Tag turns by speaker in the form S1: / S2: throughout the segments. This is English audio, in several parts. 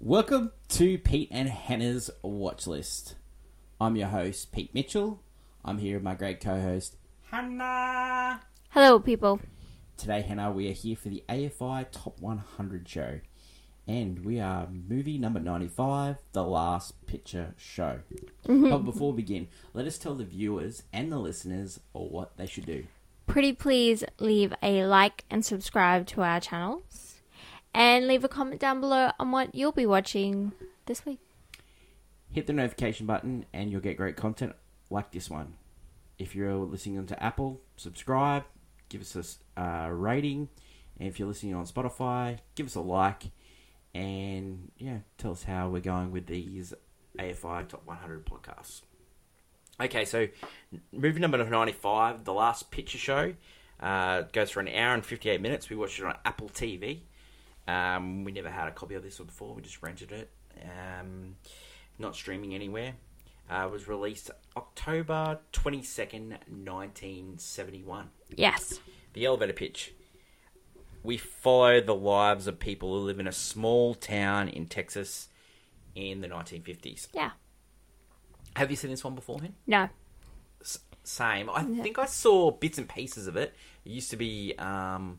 S1: Welcome to Pete and Hannah's Watch List. I'm your host, Pete Mitchell. I'm here with my great co host, Hannah.
S2: Hello, people.
S1: Today, Hannah, we are here for the AFI Top 100 show. And we are movie number 95, The Last Picture Show. but before we begin, let us tell the viewers and the listeners what they should do.
S2: Pretty please leave a like and subscribe to our channels. And leave a comment down below on what you'll be watching this week.
S1: hit the notification button and you'll get great content like this one. If you're listening to Apple, subscribe, give us a uh, rating, and if you're listening on Spotify, give us a like, and yeah, tell us how we're going with these AFI Top 100 podcasts. Okay, so movie number 95, The Last Picture Show, uh, goes for an hour and 58 minutes. We watched it on Apple TV. Um, we never had a copy of this one before, we just rented it. Um, not streaming anywhere. Uh, it was released October 22nd, 1971.
S2: Yes.
S1: The elevator pitch. We follow the lives of people who live in a small town in Texas in the 1950s.
S2: Yeah.
S1: Have you seen this one beforehand?
S2: No.
S1: S- same. I think I saw bits and pieces of it. It used to be um,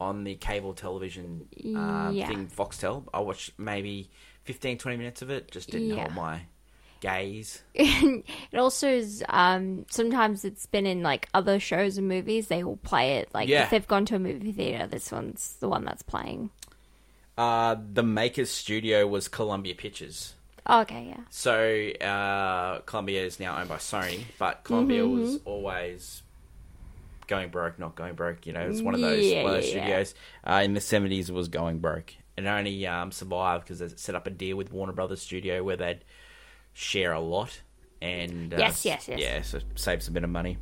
S1: on the cable television um,
S2: Yeah.
S1: thing, Foxtel. I watched maybe 15, 20 minutes of it. Just didn't hold
S2: Yeah.
S1: my gaze.
S2: it also is, um, sometimes it's been in like other shows and movies. They will play it. Like,
S1: Yeah.
S2: if they've gone to a movie theater, this one's the one that's playing.
S1: Uh, the maker's studio was Columbia Pictures.
S2: Oh, okay, yeah.
S1: So uh, Columbia is now owned by Sony, but Columbia
S2: Mm-hmm.
S1: was always going broke, not going broke. You know, it's one of those,
S2: Yeah,
S1: one of those
S2: yeah, yeah.
S1: studios. Uh, in the seventies, it was going broke, and only um, survived because they set up a deal with Warner Brothers Studio where they'd share a lot and uh,
S2: Yes, yes, yes.
S1: yeah, so saves a bit of money.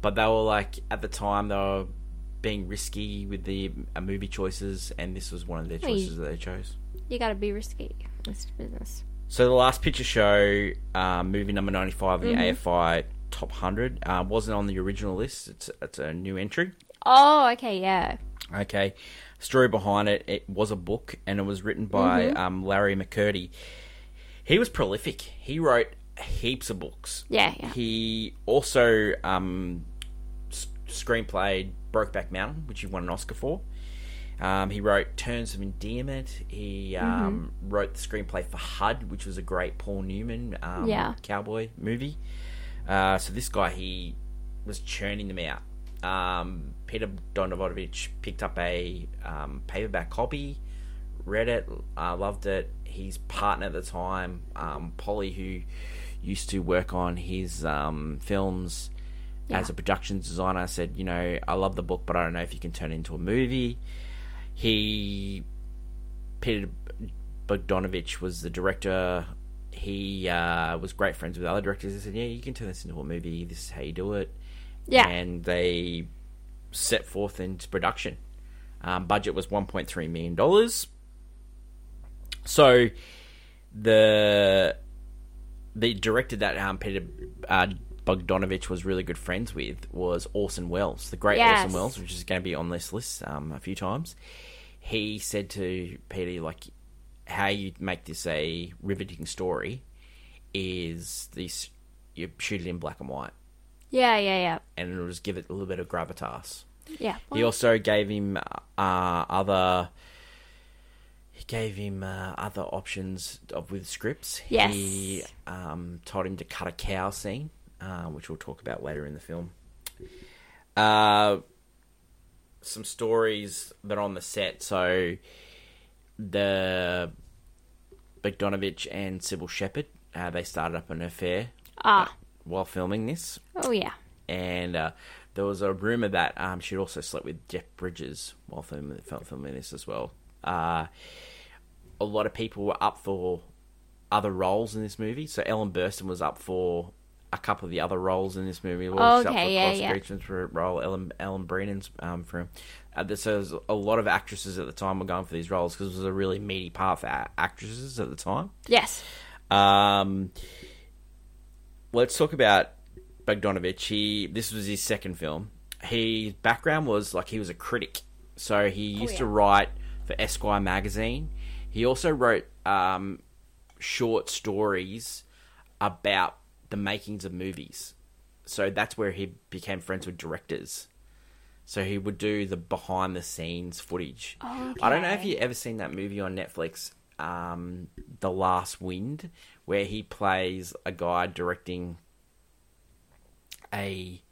S1: But they were like at the time they were being risky with the uh, movie choices, and this was one of their
S2: Well, you-
S1: choices that they chose.
S2: You gotta be risky in this business.
S1: So the last picture show, um, movie number ninety-five in the AFI Top Hundred, uh, wasn't on the original list. It's it's a new entry.
S2: Oh, okay, yeah.
S1: Okay, story behind it. It was a book, and it was written by um, Larry McCurdy. He was prolific. He wrote heaps of books.
S2: Yeah, yeah.
S1: He also um, s- screenplayed Brokeback Mountain, which he won an Oscar for. Um, he wrote Terms of Endearment. He um, wrote the screenplay for HUD, which was a great Paul Newman um,
S2: Yeah.
S1: cowboy movie. Uh, so this guy, he was churning them out. Um, Peter Donovodovich picked up a um, paperback copy, read it, uh, loved it. His partner at the time, um, Polly, who used to work on his um, films as a production designer, said, "You know, I love the book, but I don't know if you can turn it into a movie." He Peter Bogdanovich was the director. He uh, was great friends with other directors. They said, "Yeah, you can turn this into a movie. This is how you do it."
S2: Yeah.
S1: and they set forth into production. Um, budget was 1.3 million dollars. So the the director that um, Peter uh, Bogdanovich was really good friends with was Orson Welles, the great
S2: Yes.
S1: Orson Welles, which is going to be on this list um, a few times. He said to Peter, like, how you make this a riveting story is this you shoot it in black and white,
S2: Yeah, yeah,
S1: and it'll just give it a little bit of gravitas.
S2: yeah. Yeah.
S1: He also gave him uh, other. He gave him uh, other options of with scripts.
S2: Yes.
S1: He um, told him to cut a cow scene, uh, which we'll talk about later in the film. Uh, some stories that are on the set. So the Bogdanovich and Sybil Shepherd, uh, they started up an affair
S2: Ah.
S1: while filming this
S2: Oh, yeah.
S1: and uh, there was a rumor that um, she'd also slept with Jeff Bridges while filming, film- filming this as well. Uh, a lot of people were up for other roles in this movie, so Ellen Burstyn was up for a couple of the other roles in this movie. Well, she's up
S2: Okay,
S1: for
S2: yeah,
S1: Cross
S2: yeah.
S1: Creatures for a role, Ellen Ellen Brennan's um, for. Uh, this- so there's a lot of actresses at the time were going for these roles because it was a really meaty path for a- actresses at the time.
S2: Yes.
S1: Um, let's talk about Bogdanovich. He this was his second film. His background was like he was a critic, so he used to
S2: yeah.
S1: write for Esquire magazine. He also wrote um, short stories about the makings of movies. So that's where he became friends with directors. So he would do the behind the scenes footage. I don't know if
S2: Okay.
S1: you ever seen that movie on Netflix, um, The Last Wind, where he plays a guy directing a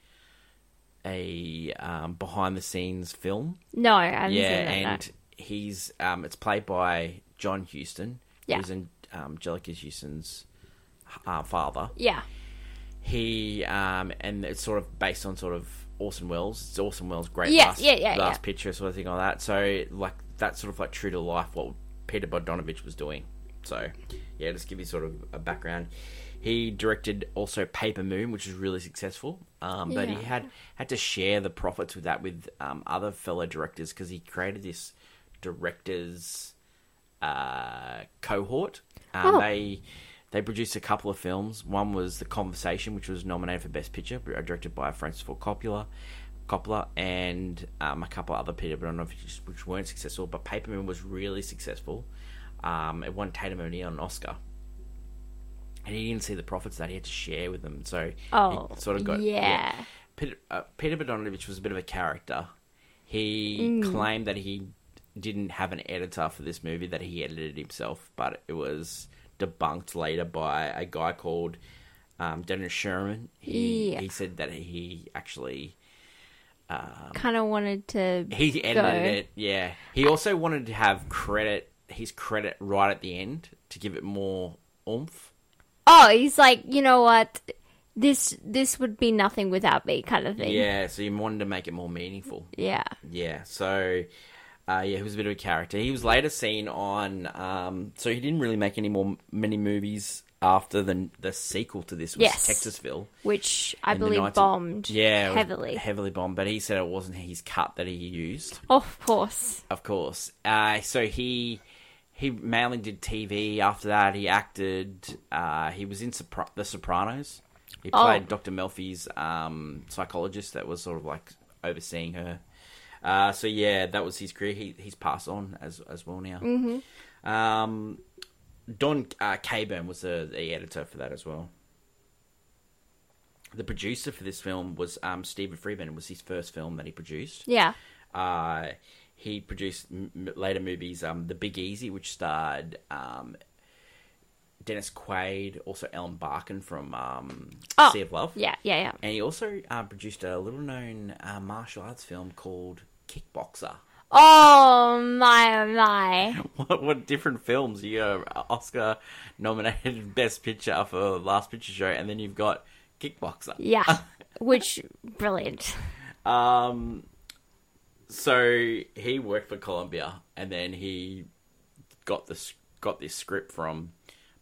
S1: a um, behind the scenes film.
S2: No, I haven't
S1: yeah,
S2: seen that.
S1: and he's um, it's played by John Huston,
S2: Yeah.
S1: who's in um, Angelica Huston's uh, father.
S2: no. Yeah.
S1: He um, and it's sort of based on sort of Orson Welles. It's Orson Welles' great
S2: Yeah,
S1: last,
S2: yeah, yeah,
S1: last
S2: yeah.
S1: picture sort of thing like that. So like that's sort of like true to life what Peter Bogdanovich was doing. So yeah, just give you sort of a background. He directed also Paper Moon, which was really successful. Um, but he
S2: Yeah.
S1: had had to share the profits with that with um, other fellow directors because he created this directors uh, cohort. Um,
S2: Oh.
S1: They they produced a couple of films. One was The Conversation, which was nominated for Best Picture, uh, directed by Francis Ford Coppola, Coppola, and um, a couple other Peter Bogdanovich, which weren't successful. But Paper Moon was really successful. Um, it won Tatum O'Neill an Oscar. And he didn't see the profits that he had to share with them, so
S2: Oh,
S1: he sort of got
S2: yeah.
S1: Peter, uh, Peter Bogdanovich was a bit of a character. He
S2: Mm.
S1: claimed that he didn't have an editor for this movie, that he edited himself, but it was debunked later by a guy called um, Dennis Sherman. He,
S2: Yeah.
S1: he said that he actually
S2: Kind of wanted to.
S1: um, he edited
S2: go.
S1: it. Yeah, he also wanted to have credit his credit right at the end to give it more oomph.
S2: Oh, he's like, you know what? This this would be nothing without me, kind of thing.
S1: Yeah, so he wanted to make it more meaningful.
S2: Yeah.
S1: Yeah, so uh, yeah, he was a bit of a character. He was later seen on. Um, so he didn't really make any more many movies after the the sequel to this was
S2: Yes.
S1: Texasville.
S2: Which I
S1: in the
S2: believe
S1: 19
S2: bombed.
S1: Yeah, it was
S2: Heavily.
S1: heavily bombed. But he said it wasn't his cut that he used,
S2: of course.
S1: of course. Uh, so he he mainly did TV. After that, he acted. Uh, he was in Sopra- The Sopranos. He
S2: Oh.
S1: played Dr. Melfi's um, psychologist that was sort of like overseeing her. Uh, so yeah, that was his career. He, he's passed on as as well now. Um, Don uh, Caburn was the, the editor for that as well. The producer for this film was um, Stephen Freeman. It was his first film that he produced.
S2: Yeah.
S1: Uh, he produced m- m- later movies, um, The Big Easy, which starred um, Dennis Quaid, also Ellen Barkin from um,
S2: Oh,
S1: Sea of Love.
S2: Yeah. Yeah. Yeah.
S1: And he also uh, produced a little known uh, martial arts film called Kickboxer.
S2: Oh my oh, my.
S1: What, what different films? You got Oscar nominated Best Picture for Last Picture Show, and then you've got Kickboxer.
S2: Yeah. Which brilliant.
S1: Um, so he worked for Columbia, and then he got this got this script from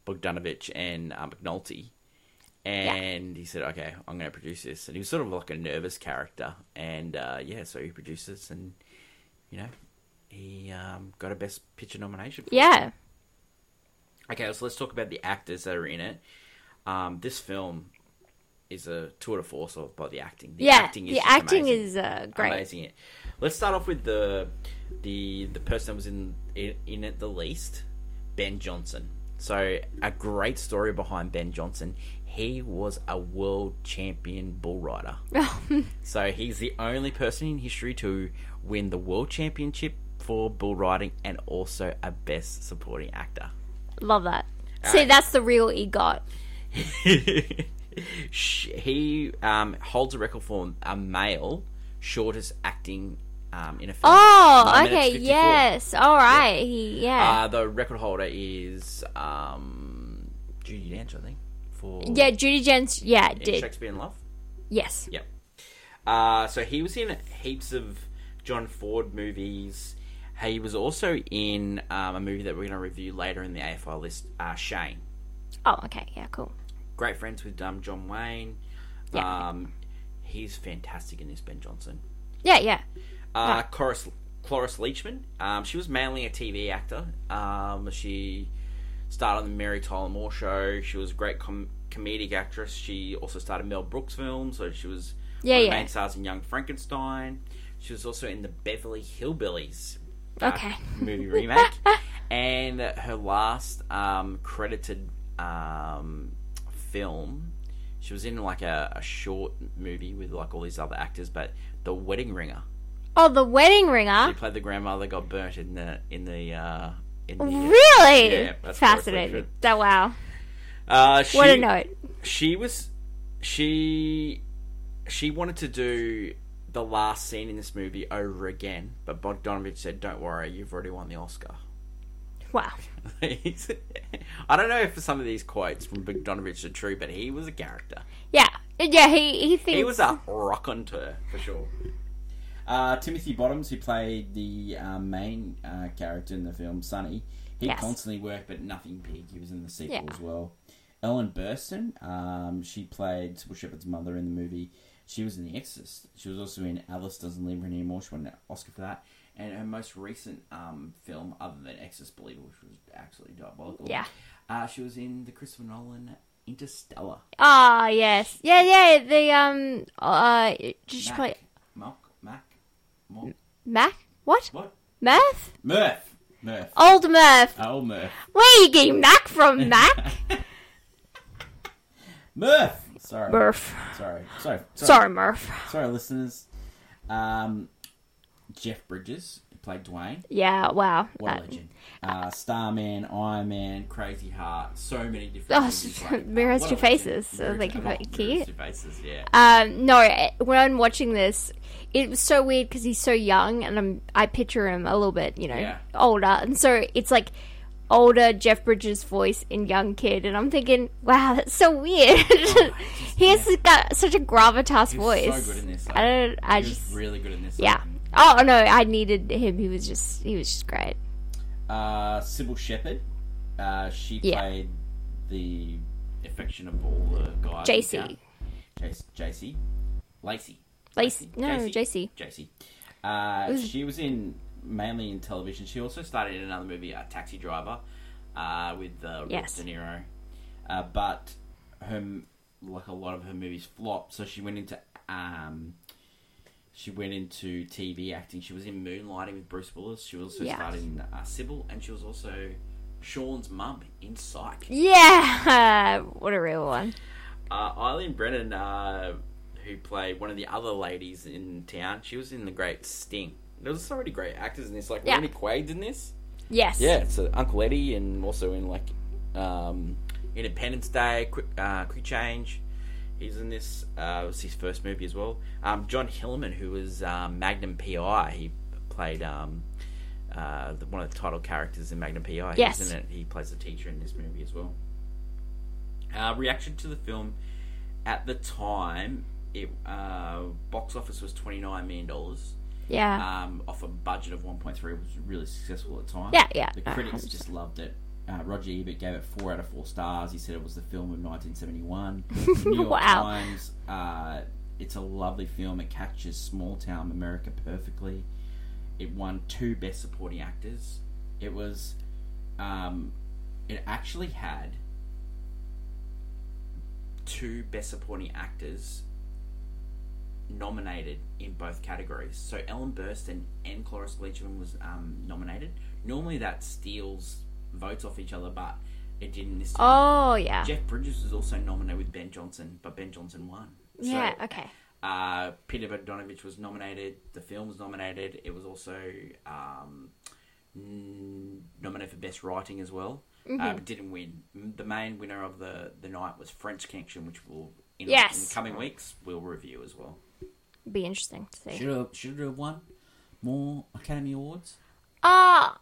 S1: Bogdanovich and uh, McNulty, and he said, "Okay, I'm going to produce this." And he was sort of like a nervous character, and uh, yeah, so he produced this, and you know, he um, got a best picture nomination. For it.
S2: Yeah.
S1: Okay, so let's talk about the actors that are in it. Um, this film is a tour de force of by the acting. The
S2: yeah.
S1: acting is
S2: the
S1: just
S2: acting
S1: amazing
S2: is uh, great.
S1: amazing it. Let's start off with the the the person that was in in, in it the least, Ben Johnson. So a great story behind Ben Johnson. He was a world champion bull rider. so he's the only person in history to win the world championship for bull riding and also a best supporting actor.
S2: Love that. See, that's the real EGOT.
S1: Sh- he um, holds a record for a male shortest acting um, in a film.
S2: Oh,
S1: Nine minutes
S2: okay.
S1: 54.
S2: Yes. All right. He, yeah.
S1: Uh, the record holder is um, Judy Dench, I think. For
S2: yeah. Judy Jens. Yeah.
S1: in
S2: Did.
S1: Shakespeare in Love?
S2: Yes.
S1: Yep. Uh, so he was in heaps of John Ford movies. He was also in um, a movie that we're going to review later in the AFI list, uh, Shane.
S2: Oh, okay. Yeah. Cool.
S1: great friends with um, John Wayne.
S2: Yeah.
S1: Um, he's fantastic in this, Ben Johnson.
S2: Yeah. Yeah.
S1: Uh, Chloris, Cloris Leachman. Um, she was mainly a TV actor. Um, she starred on the Mary Tyler Moore show. She was a great com- comedic actress. She also starred in Mel Brooks films, so she was
S2: Yeah,
S1: one of the
S2: yeah.
S1: main stars in Young Frankenstein. She was also in the Beverly Hillbillies uh,
S2: Okay.
S1: movie remake. And her last um, credited um, film, she was in like a, a short movie with like all these other actors, but The Wedding Ringer.
S2: Oh, the wedding
S1: She
S2: ringer.
S1: played the grandmother that got burnt in the in the uh, in the
S2: Really?
S1: Yeah, that's what I was
S2: Fascinating.
S1: thinking.
S2: That wow.
S1: Uh, she,
S2: What a note.
S1: she was she she wanted to do the last scene in this movie over again, but Bogdanovich said, "Don't worry, you've already won the Oscar."
S2: Wow.
S1: He's- I don't know if some of these quotes from Bogdanovich are true, but he was a character.
S2: Yeah. Yeah, he he thinks
S1: He was a rock on tour for sure.
S3: Uh, Timothy Bottoms, who played the uh, main uh, character in the film, Sonny, he
S2: Yes.
S3: constantly worked, but nothing big. He was in the sequel
S2: Yeah.
S3: as well. Ellen Burstyn, um, she played Sybil Shepherd's mother in the movie. She was in The Exorcist. She was also in Alice Doesn't Live Anymore. She won an Oscar for that. And her most recent um, film, other than Exorcist Believer, which was absolutely diabolical,
S2: Yeah.
S3: uh, she was in the Christopher Nolan Interstellar.
S2: Ah, yes. Yeah, yeah, the um uh did she
S3: Mac,
S2: play
S3: Mac, Mac, Mac,
S2: Mac? What?
S3: what?
S2: Murph?
S3: Murph, Murph.
S2: Old Murph.
S3: Oh, Murph.
S2: Where you getting Mac from, Mac?
S3: Murph! Sorry.
S2: Murph.
S3: Sorry. Sorry.
S2: Sorry, Murph.
S3: Sorry, listeners. Um, Jeff Bridges who played Dwayne.
S2: Yeah, wow.
S3: What
S2: Uh,
S3: a legend. Uh, Starman, Iron Man, Crazy Heart, so many different
S2: Oh,
S3: movies,
S2: it's-
S3: like,
S2: Mirrors
S3: what a
S2: Two
S3: legend.
S2: Faces, so
S3: Mirrors
S2: they
S3: Two-
S2: can
S3: oh,
S2: make
S3: Mirrors
S2: it.
S3: Two Faces, yeah.
S2: Um, no, it- when I'm watching this, it was so weird because he's so young, and I'm I picture him a little bit, you know,
S1: Yeah.
S2: older, and so it's like older Jeff Bridges' voice in young kid, and I'm thinking, wow, that's so weird. he has got such a gravitas
S3: He was
S2: voice.
S3: so good in this. um,
S2: I don't. I
S1: He was
S2: just
S1: really good in this.
S2: yeah. Oh no, I needed him. He was just he was just great.
S3: Uh, Sybil Shepherd. Uh, she
S2: Yeah.
S3: played the affection of all the guys.
S2: JC.
S3: Yeah. Jace- JC. Lacey.
S2: Lacey. No, JC.
S3: JC. Uh,
S2: was-
S3: She was in mainly in television. She also started in another movie, uh, Taxi Driver, uh, with uh, Robert
S2: Yes.
S3: De Niro. Uh, but her, m- like a lot of her movies, flopped. So she went into um, she went into TV acting. She was in Moonlighting with Bruce Willis. She also
S2: Yeah.
S3: started in uh, Sybil, and she was also Sean's mum in Psych.
S2: Yeah, what a real one.
S1: Uh, Eileen Brennan, uh, who played one of the other ladies in town, she was in The Great Sting. There was so many great actors in this, like
S2: Yeah.
S1: Randy Quaid's in this.
S2: Yes.
S1: Yeah, so Uncle Eddie, and also in like um, Independence Day, Quick, uh, Quick Change. He's in this. Uh, it was his first movie as well. Um, John Hillman, who was um, Magnum PI, he played um, uh, the, one of the title characters in Magnum PI. He's
S2: Yes.
S1: in it. He plays a teacher in this movie as well. Uh, reaction to the film at the time, it uh, box office was twenty nine million dollars
S2: Yeah.
S3: Uh,
S1: um, off a budget of 1.3 it was really successful at the time.
S2: Yeah, yeah,
S3: The
S2: uh,
S3: critics just loved it. Uh, Roger Ebert gave it four out of four stars. He said it was the film of 1971. The New York
S2: Wow.
S3: Times. Uh, it's a lovely film. It captures small town America perfectly. It won two Best Supporting Actors. It was, um, it actually had
S1: Two best supporting actors nominated in both categories. So Ellen Burstyn and Cloris Leachman was um, nominated. Normally that steals votes off each other, but it didn't this time.
S2: oh yeah.
S1: Jeff Bridges was also nominated with Ben Johnson, but Ben Johnson won. So,
S2: yeah. Okay.
S1: Uh, Peter Bogdanovich was nominated. The film was nominated. It was also um, n- nominated for best writing as well. Uh, but didn't win. M- The main winner of the, the night was French Connection, which will in, in
S2: Yes.
S1: the coming weeks we'll review as well.
S2: Be interesting to see.
S3: should have should have won more Academy Awards.
S2: Uh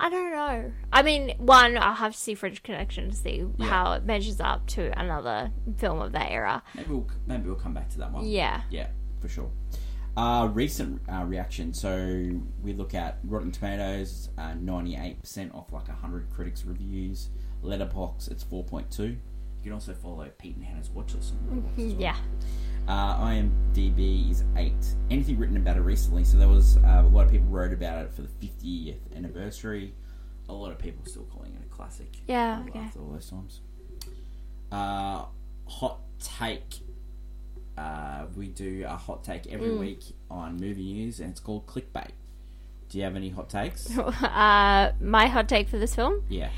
S2: I don't know. I mean, one, I'll have to see French Connection to see how it measures up to another film of that era.
S3: Maybe we'll maybe we'll come back to that one.
S2: Yeah.
S3: Yeah, for sure. Uh, recent uh, reaction. So we look at Rotten Tomatoes, uh, ninety-eight percent off like hundred critics' reviews. Letterbox, it's four point two. You can also follow Pete and Hannah's watchlist. On Letterboxd as well.
S2: Yeah.
S3: Uh, IMDb is eight. Anything written about it recently? So there was uh, a lot of people wrote about it for the fiftieth anniversary. A lot of people still calling it a classic.
S2: Yeah,
S3: I
S2: okay.
S3: laughed all those times. Uh, hot take.
S2: Mm.
S3: Uh, we do a hot take every week on movie news, and it's called clickbait. Do you have any hot takes?
S2: uh, my hot take for this film
S3: yeah.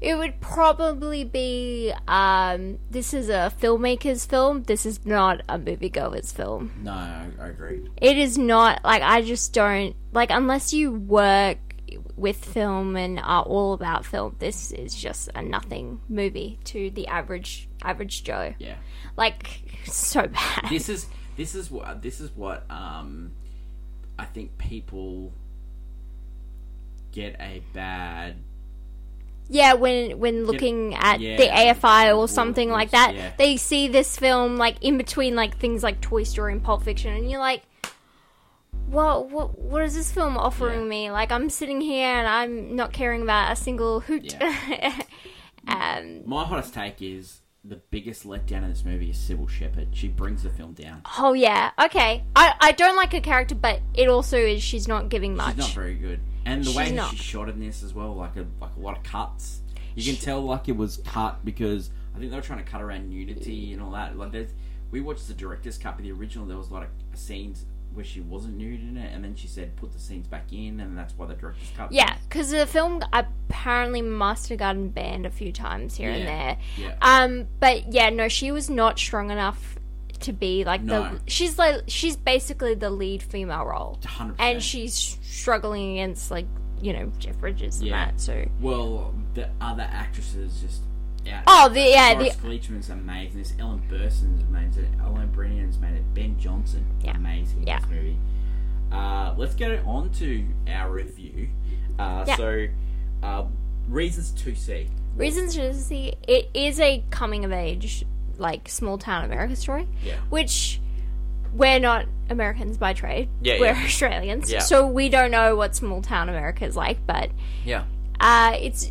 S2: It would probably be um, this is a filmmaker's film. This is not a moviegoer's film.
S3: No, I, I agree.
S2: It is not like I just don't like unless you work with film and are all about film. This is just a nothing movie to the average average Joe.
S3: Yeah.
S2: Like so bad.
S3: This is this is what this is what um I think people get a bad
S2: yeah, when when looking at
S3: yeah,
S2: the AFI or
S3: bullet
S2: something like
S3: points,
S2: that,
S3: yeah.
S2: they see this film like in between like things like Toy Story and Pulp Fiction, and you're like, "What? What? What is this film offering
S3: Yeah.
S2: me? Like, I'm sitting here and I'm not caring about a single hoot." um,
S3: My hottest take is the biggest letdown in this movie is Sybil Shepherd. She brings the film down.
S2: oh yeah, okay. I I don't like her character, but it also is she's not giving much.
S3: She's not very good, and the way
S2: She's
S3: that
S2: not.
S3: she's shot in this as well, like a like a lot of cuts. You can tell like it was cut because I think they were trying to cut around nudity and all that. Like there's, we watched the director's cut, but the original there was a lot of scenes where she wasn't nude in it, and then she said put the scenes back in, and that's why the director's cut.
S2: yeah, because the film apparently must have gotten banned a few times here and
S3: Yeah.
S2: there.
S3: yeah,
S2: Um, but yeah, no, she was not strong enough to be like
S3: No.
S2: the. She's like she's basically the lead female role,
S3: hundred percent.
S2: and she's struggling against like you know Jeff Bridges
S3: Yeah.
S2: and that. So
S3: well, the other actresses just. Out
S2: oh the yeah
S3: Boris
S2: the
S3: Gleachman's amazing. This Ellen Burson's amazing. Ellen Brennan's made it. Ben Johnson,
S2: Yeah.
S3: amazing in
S2: Yeah.
S3: this movie. Uh, let's get on to our review. Uh,
S2: Yeah.
S3: So, uh, reasons to see.
S2: reasons to see it is a coming of age like small town America story,
S3: Yeah.
S2: which we're not Americans by trade.
S1: Yeah,
S2: we're
S1: yeah.
S2: Australians,
S1: Yeah.
S2: so we don't know what small town America is like. But
S1: Yeah.
S2: uh, it's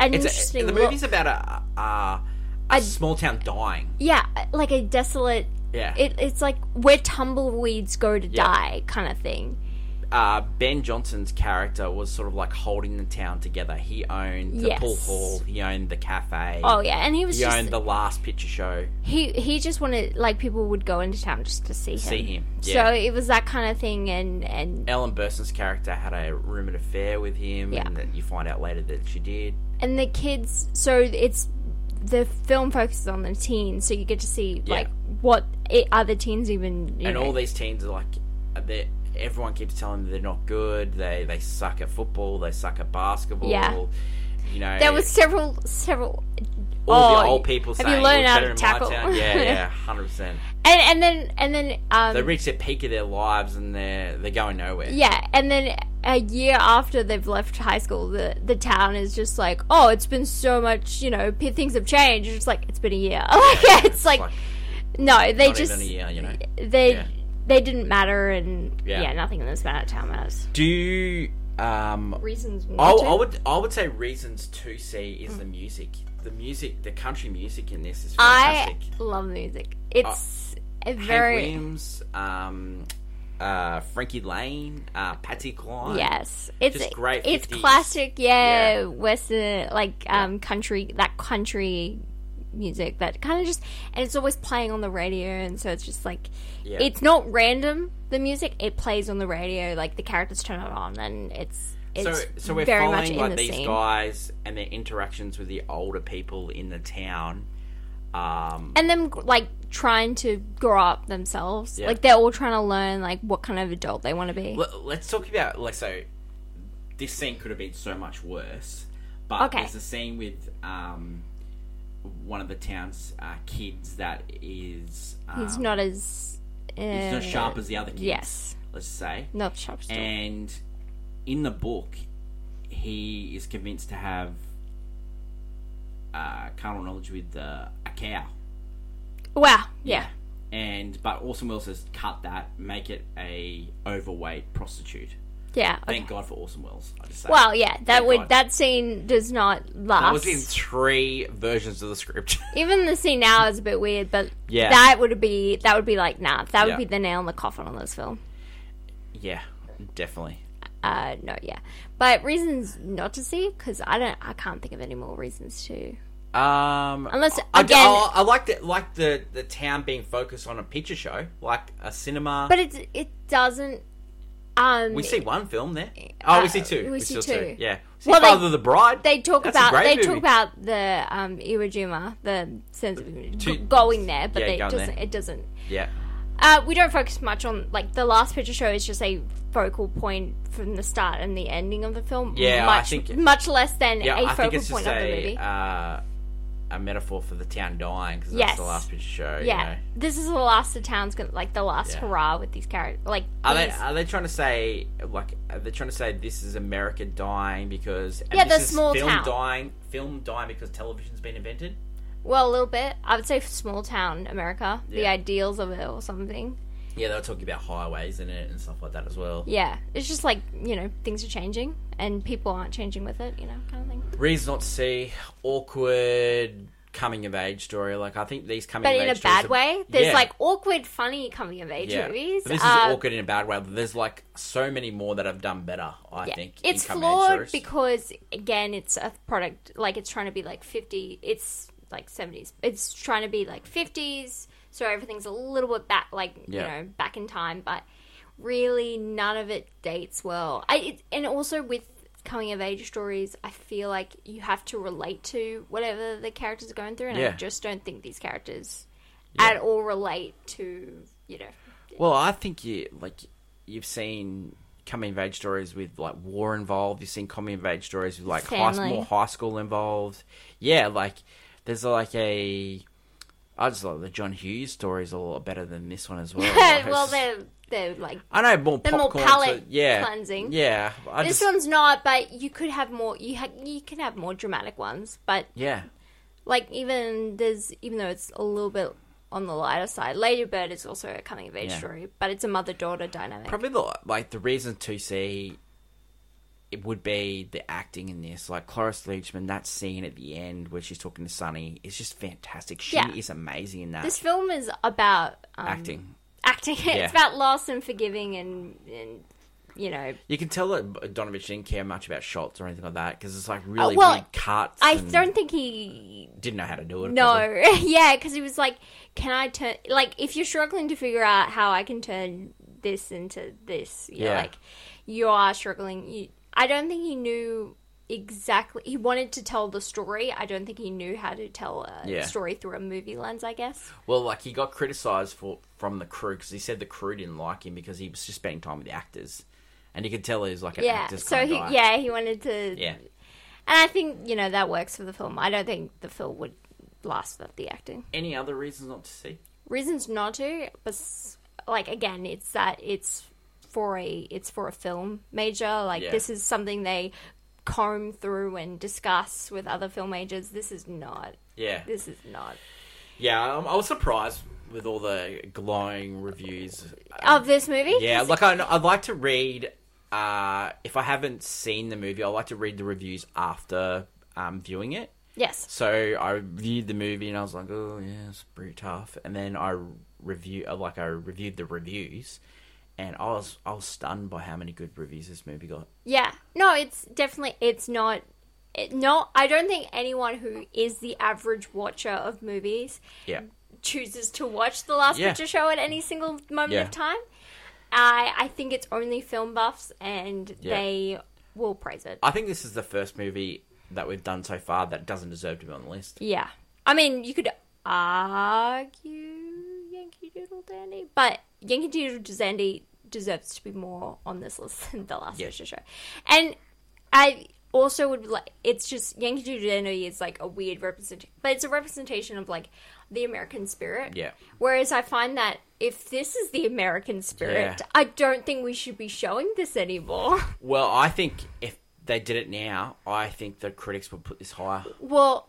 S2: an
S1: It's a,
S2: interesting.
S1: the
S2: look-
S1: movie's about a, a, a,
S2: A-
S1: small town dying.
S2: yeah, like a desolate
S1: Yeah.
S2: it, it's like where tumbleweeds go to
S1: Yeah.
S2: die kind of thing.
S1: uh, Ben Johnson's character was sort of like holding the town together. He owned the
S2: Yes.
S1: pool hall. He owned the cafe.
S2: Oh yeah, and he was
S1: he
S2: just
S1: owned the last picture show.
S2: he he just wanted like people would go into town just to see him.
S1: See him. Yeah.
S2: So it was that kind of thing, and and
S1: Ellen Burson's character had a rumored affair with him,
S2: Yeah.
S1: and that you find out later that she did.
S2: and the kids. So it's the film focuses on the teens, so you get to see
S1: Yeah.
S2: like what i are the teens even you
S1: and
S2: know,
S1: all these teens are like, they everyone keeps telling them they're not good. They they suck at football. They suck at basketball.
S2: Yeah.
S1: You know,
S2: There was several several
S1: all
S2: oh,
S1: the old people
S2: have
S1: saying,
S2: you learned
S1: "Well, it's
S2: how
S1: better in my
S2: to tackle?"
S1: town." Yeah, yeah, hundred percent.
S2: and and then and then um
S1: They reach the peak of their lives and they're they're going nowhere.
S2: Yeah, and then a year after they've left high school, the the town is just like, oh, it's been so much, you know, p- things have changed. It's like it's been a year. Like it's, like, no, they
S1: not
S2: just
S1: even a year, you know.
S2: they
S1: Yeah.
S2: they didn't matter, and
S1: Yeah.
S2: yeah, nothing in this bad town matters.
S1: Do you, um,
S2: Reasons.
S1: I,
S2: not to.
S1: I would I would say reasons to see is the music. The music, the country music in this is
S2: I
S1: fantastic.
S2: love music. It's a very
S1: Oh, Hank Williams, um, uh, Frankie Lane, uh, Patsy Cline.
S2: yes. It's
S1: Just great
S2: It's
S1: 50s.
S2: classic, yeah,
S1: Yeah.
S2: western like um country that country music that kind of just and it's always playing on the radio and so it's just like
S1: Yeah.
S2: it's not random the music it plays on the radio like the characters turn it on and it's
S1: so
S2: it's
S1: so we're
S2: very much
S1: following
S2: in
S1: like
S2: the
S1: these
S2: scene.
S1: guys and their interactions with the older people in the town. Um,
S2: and them like trying to grow up themselves
S1: Yeah.
S2: like they're all trying to learn like what kind of adult they want to be
S1: Let- Let's talk about like so. This scene could have been so much worse, but
S2: Okay.
S3: There's a scene with um, one of the town's uh, kids that is um,
S2: he's not as uh,
S3: he's not sharp as the other kids.
S2: yes
S3: let's say.
S2: not sharp still.
S3: And in the book, he is convinced to have uh, carnal knowledge with uh, a cow.
S2: wow yeah.
S3: And but Orson Welles has cut that, make it a overweight prostitute.
S2: Yeah.
S3: Thank God for Orson Welles. I just say.
S2: Well, yeah, that
S1: Thank
S2: would
S1: God.
S2: that scene does not last.
S1: that was in three versions of the script.
S2: Even the scene now is a bit weird, but
S1: Yeah.
S2: that would be that would be like nah, that would
S1: Yeah.
S2: be the nail in the coffin on this film.
S1: yeah, definitely.
S2: Uh, no, yeah, but reasons not to see because I don't, I can't think of any more reasons to.
S1: Um,
S2: Unless-
S1: I, I-
S2: again-
S1: I, I like the like the the town being focused on a picture show, like a cinema.
S2: But it it doesn't. Um,
S1: We see one film there. Oh, we see two.
S2: Uh, we see
S1: saw
S2: two.
S1: Yeah. We see
S2: Well, they-
S1: Father the Bride.
S2: they talk
S1: That's a
S2: about
S1: great
S2: they
S1: movie.
S2: talk about the um, Iwo Jima, the sense of
S1: Two-
S2: g- going there, but
S1: yeah,
S2: they,
S1: going
S2: doesn't,
S1: there.
S2: it doesn't.
S1: Yeah.
S2: Uh, we don't focus much on like the last picture show is just a focal point from the start and the ending of the film.
S1: Yeah, I
S2: much,
S1: think-
S2: much less than
S1: Yeah,
S2: a
S1: I think
S2: focal
S1: it's just
S2: point of the
S1: a
S2: movie.
S1: uh, a metaphor for the town dying because
S2: Yes.
S1: that's the last picture show. you
S2: yeah,
S1: know.
S2: this is the last of town's gonna like the last
S1: Yeah. uh,
S2: hurrah with these characters. Like
S1: Are they
S2: these-
S1: are they trying to say like are they trying to say this is America dying because and
S2: Yeah,
S1: this
S2: the
S1: is
S2: small
S1: film
S2: town.
S1: dying film dying because television's been invented?
S2: well, a little bit. I would say small town America, the
S1: Yeah.
S2: ideals of it or something.
S1: Yeah, they were talking about highways in it and stuff like that as well.
S2: Yeah, it's just like you know things are changing and people aren't changing with it, you know, kind of thing.
S1: Reasons not to see awkward coming of age story. Like I think these coming
S2: But
S1: of
S2: in
S1: age
S2: a
S1: stories
S2: bad
S1: are-
S2: way. There's
S1: Yeah.
S2: like awkward, funny coming of age
S1: Yeah.
S2: movies.
S1: But This is
S2: Uh,
S1: awkward in a bad way. There's like so many more that have done better. I
S2: yeah.
S1: think in
S2: it's
S1: coming of age
S2: flawed
S1: stories.
S2: because again, it's a product like it's trying to be like 50. It's like 70s. It's trying to be like 50s. So everything's a little bit back, like
S1: Yeah.
S2: you know, back in time. But really, none of it dates well. I it, and also with coming of age stories, I feel like you have to relate to whatever the characters are going through, and I
S1: Yeah.
S2: just don't think these characters at all relate to you know
S1: Well, I think you like you've seen coming of age stories with like war involved. You've seen coming of age stories with like high,
S2: Family.
S1: more high school involved. Yeah, like there's like a. I just like the John Hughes story is a lot better than this one as well. Like,
S2: well,
S1: it's-
S2: they're they're like
S1: I know more
S2: they're more
S1: popcorn. so-
S2: palate
S1: yeah,
S2: cleansing.
S1: Yeah, I
S2: this
S1: just,
S2: one's not, but you could have more. You ha- you can have more dramatic ones, but
S1: yeah,
S2: like even there's even though it's a little bit on the lighter side, Lady Bird is also a coming of age
S1: Yeah.
S2: story, but it's a mother daughter dynamic.
S1: probably the like the reason to see it would be the acting in this like Cloris Leachman that scene at the end where she's talking to Sunny is just fantastic she
S2: Yeah.
S1: is amazing in that
S2: This film is about um,
S1: acting
S2: Acting.
S1: Yeah.
S2: it's about loss and forgiving and and you know.
S1: you can tell that Donovich didn't care much about shots or anything like that because it's like really
S2: Oh, well,
S1: big cuts
S2: I
S1: and
S2: don't think he
S1: didn't know how to do it probably.
S2: No, yeah, because he was like, "Can I turn like if you're struggling to figure out how I can turn this into this?" you know,
S1: Yeah.
S2: like you are struggling. You, I don't think he knew exactly. He wanted to tell the story. I don't think he knew how to tell a
S1: Yeah.
S2: story through a movie lens. I guess.
S1: well like he got criticized for from the crew because he said the crew didn't like him because he was just spending time with the actors and you could tell he was like an
S2: Yeah.
S1: actor's
S2: So
S1: kind
S2: he,
S1: of guy.
S2: yeah, he wanted to.
S1: yeah
S2: And I think you know that works for the film. I don't think the film would last without the acting.
S1: any other reasons not to see
S2: reasons not to but s- like again it's that it's for a it's for a film major like
S1: Yeah.
S2: this is something they comb through and discuss with other film majors this is not
S1: yeah
S2: this is not
S1: Yeah, um, I was surprised with all the glowing reviews.
S2: of this movie
S1: Um, Yeah, like I, I'd like to read. Uh, if I haven't seen the movie, I like to read the reviews after um, viewing it.
S2: yes
S1: So I reviewed the movie and I was like, oh yeah, it's pretty tough. And then I review, uh, like I reviewed the reviews, and I was I was stunned by how many good reviews this movie got.
S2: yeah no it's definitely it's not it, no i don't think anyone who is the average watcher of movies
S1: Yeah,
S2: chooses to watch the last
S1: Yeah.
S2: picture show at any single moment
S1: Yeah.
S2: of time. I I think it's only film buffs, and
S1: Yeah.
S2: they will praise it.
S1: I think this is the first movie that we've done so far that doesn't deserve to be on the list.
S2: yeah, I mean you could argue Yankee Doodle Dandy, but Yankee Doodle Dandy deserves to be more on this list than the last
S1: Yeah.
S2: picture show. And I also would like it's just Yankee Doodle Dandy is like a weird representation, but it's a representation of like the American spirit.
S1: Yeah.
S2: Whereas I find that if this is the American spirit,
S1: Yeah.
S2: I don't think we should be showing this anymore.
S1: Well, I think if they did it now, I think the critics would put this higher.
S2: well,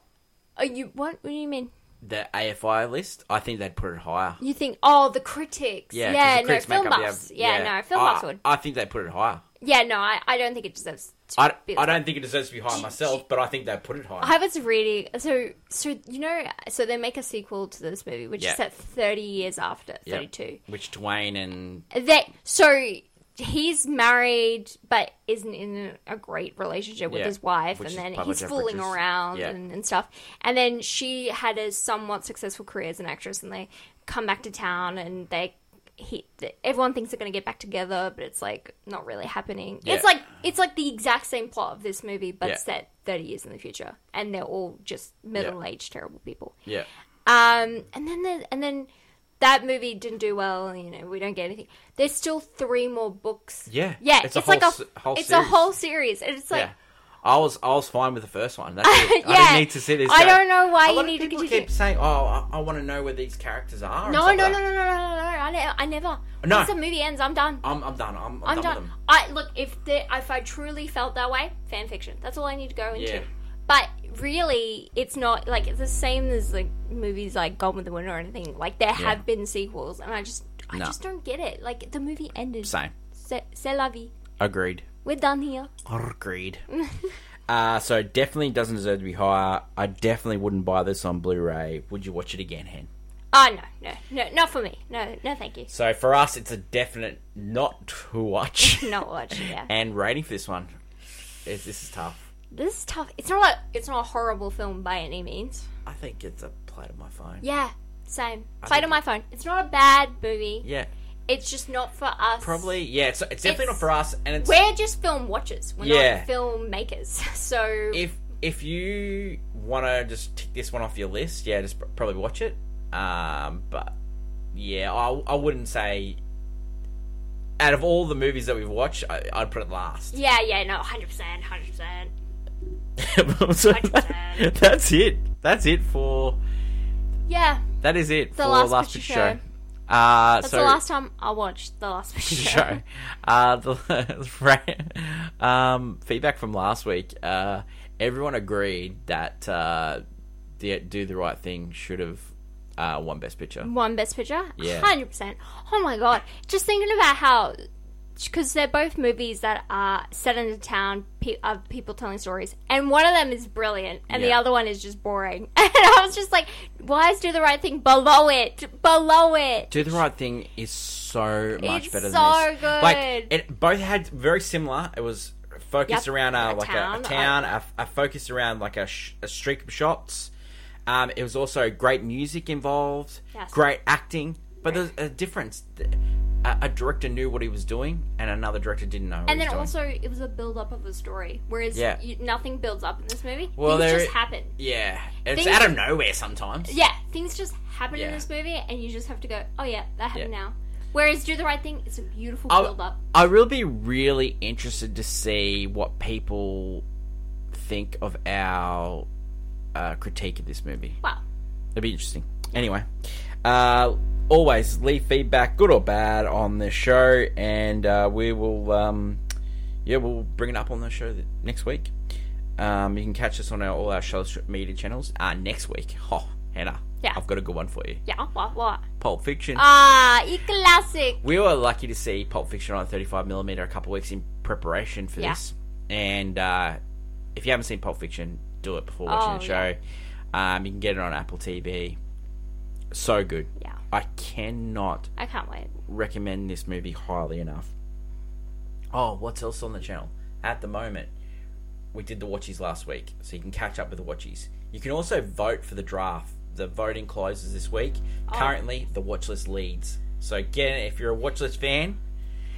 S2: are you what, what do you mean?
S1: The AFI list, I think they'd put it higher.
S2: You think oh the critics? Yeah,
S1: 'cause the
S2: no
S1: critics make
S2: film
S1: up Ah. the
S2: buffs.
S1: av-
S2: yeah, no film
S1: I,
S2: buffs would.
S1: I think they put it higher.
S2: Yeah, no, I, I don't think it deserves. To
S1: I,
S2: be
S1: I don't think it deserves to be higher myself, but I think they put it higher.
S2: I was reading so so you know so they make a sequel to this movie which
S1: Yeah.
S2: is set thirty years after
S1: Yeah.
S2: thirty two.
S1: Which Dwayne and
S2: that so he's married but isn't in a great relationship with
S1: Yeah,
S2: his wife
S1: which
S2: and
S1: is
S2: then
S1: Papa
S2: he's fooling
S1: Jeffridge's-
S2: around
S1: yeah.
S2: and, and stuff and then she had a somewhat successful career as an actress and they come back to town and they he th- everyone thinks they're going to get back together, but it's like not really happening. It's
S1: Yeah.
S2: like it's like the exact same plot of this movie, but
S1: Yeah.
S2: set thirty years in the future, and they're all just middle aged terrible people.
S1: Yeah.
S2: Um, and then the, and then that movie didn't do well. You know, we don't get anything. There's still three more books.
S1: Yeah.
S2: yeah. It's,
S1: It's a
S2: like
S1: whole
S2: a
S1: s- whole
S2: it's a
S1: series.
S2: whole series, and it's like.
S1: yeah. I was I was fine with the first one. That's it. I
S2: Yeah.
S1: didn't need to see this.
S2: I
S1: go,
S2: don't know why
S1: a
S2: you
S1: lot
S2: need to
S1: of people
S2: continue."
S1: keep saying, "Oh, I, I want to know where these characters are." and
S2: No, no,
S1: stuff
S2: no,
S1: like
S2: no,
S1: that.
S2: no, no, no, no, I, ne- I never.
S1: No.
S2: Once the movie ends, I'm done.
S1: I'm I'm done. I'm, I'm,
S2: I'm
S1: done,
S2: done.
S1: with them.
S2: I look if there, if I truly felt that way, fan fiction. That's all I need to go into.
S1: Yeah.
S2: But really, it's not like it's the same as like movies like Gone with the Wind or anything. Like there have been sequels, and I just I
S1: No.
S2: just don't get it. Like the movie ended.
S1: Same.
S2: C'est c'est la vie.
S1: Agreed.
S2: We're done here.
S1: Agreed. Oh, uh, so definitely doesn't deserve to be higher. I definitely wouldn't buy this on Blu-ray. Would you watch it again, Hen?
S2: Oh no, no, no, not for me. No, no, thank you.
S1: So for us, it's a definite not to watch.
S2: Not watching. Yeah,
S1: and rating for this one, is this is tough.
S2: this is tough. It's not like it's not a horrible film by any means.
S1: I think it's a plate of my phone.
S2: Yeah, same. Played on my phone. It's not a bad movie.
S1: Yeah,
S2: It's just not for us.
S1: probably. Yeah, it's, it's definitely
S2: It's-
S1: not for us. And it's
S2: We're just film watchers. We're
S1: Yeah.
S2: not film makers. So
S1: if if you want to just tick this one off your list, yeah, just pr- probably watch it. Um, but yeah, I, I wouldn't say. Out of all the movies that we've watched, I, I'd put it last.
S2: yeah, yeah, no, hundred percent, hundred percent.
S1: So
S2: Understand.
S1: that's it. That's it for
S2: Yeah,
S1: that is it
S2: The
S1: for
S2: Last
S1: last, last
S2: Picture
S1: picture show. Uh,
S2: that's
S1: so
S2: the last time I watched the last picture show.
S1: show. Uh, the right, um, feedback from last week. Uh, everyone agreed that uh, the do the right thing should have uh, won best picture.
S2: One best picture.
S1: Yeah.
S2: hundred percent. Oh my god! Just thinking about how, because they're both movies that are set in a town pe- of people telling stories, and one of them is brilliant, and the
S1: Yeah.
S2: other one is just boring. And I was just like, why is Do the Right Thing below it? Below it.
S1: Do the right thing is so much
S2: It's
S1: better
S2: so
S1: than this. Like
S2: good.
S1: it both had very similar. It was focused
S2: Yep.
S1: around uh,
S2: A
S1: like a,
S2: town,
S1: a town, a, a focus around like a, sh- a streak of shots. Um, it was also great music involved,
S2: Yes.
S1: great acting, but there's a difference. A, a director knew what he was doing, and another director didn't know. What
S2: And
S1: he
S2: then
S1: was doing.
S2: also, it was a build up of a story, whereas
S1: Yeah.
S2: you, nothing builds up in this movie.
S1: Well,
S2: things
S1: there-
S2: just happen.
S1: yeah, it's
S2: Things-
S1: out of nowhere sometimes.
S2: Yeah, things just happen in
S1: Yeah.
S2: this movie, and you just have to go, oh yeah, that happened
S1: Yeah.
S2: now. Whereas Do the Right Thing, it's a beautiful
S1: I'll-
S2: build up.
S1: I will be really interested to see what people think of our uh, critique of this movie.
S2: Wow.
S1: It'd be interesting. Anyway, uh, always leave feedback, good or bad, on the show, and uh, we will, um, yeah, we'll bring it up on the show th- next week. Um, you can catch us on our, all our social media channels uh, next week. Oh, Hannah,
S2: Yeah.
S1: I've got a good one for you.
S2: Yeah, what, what?
S1: Pulp Fiction.
S2: Ah, you classic.
S1: we were lucky to see Pulp Fiction on 35mm a couple weeks in preparation for
S2: Yeah.
S1: this. And uh, if you haven't seen Pulp Fiction, do it before watching
S2: Oh,
S1: the show. Um, you can get it on Apple TV. So good.
S2: Yeah,
S1: I cannot
S2: I can't wait.
S1: recommend this movie highly enough. Oh, what's else on the channel? At the moment, we did the watchies last week, so you can catch up with the watchies. You can also vote for the draft. The voting closes this week.
S2: Oh.
S1: Currently, the watch list leads. So again, if you're a watch list fan,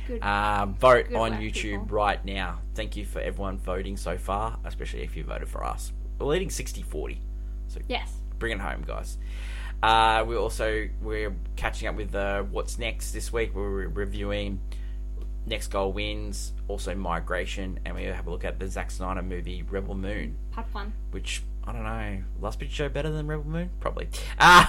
S2: Good.
S1: um, vote
S2: Good
S1: on
S2: work,
S1: YouTube
S2: people.
S1: right now. Thank you for everyone voting so far, especially if you voted for us. We're leading 60-40. So
S2: Yes.
S1: bring it home, guys. Uh, we're also we're catching up with uh, what's next this week. We're reviewing next goal wins, also migration, and we have a look at the Zack Snyder movie Rebel Moon,
S2: Part one.
S1: which I don't know. Last picture show better than Rebel Moon, probably.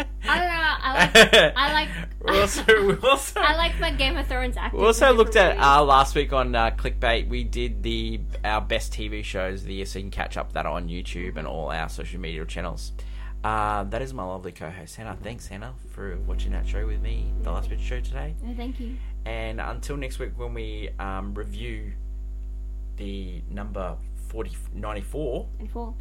S1: Uh,
S2: I don't know. I like. I
S1: I
S2: like.
S1: we also, we also,
S2: I like my Game of Thrones acting.
S1: we also
S2: in
S1: looked at
S2: different
S1: uh, last week on uh, clickbait. We did the our best TV shows of the year, so you can catch up that on YouTube and all our social media channels. Uh, that is my lovely co-host Hannah. Thanks, Hannah, for watching that show with me, the last bit show today.
S2: ways. No, thank you.
S1: And until next week, when we um, review the number 40, 94,
S2: And four.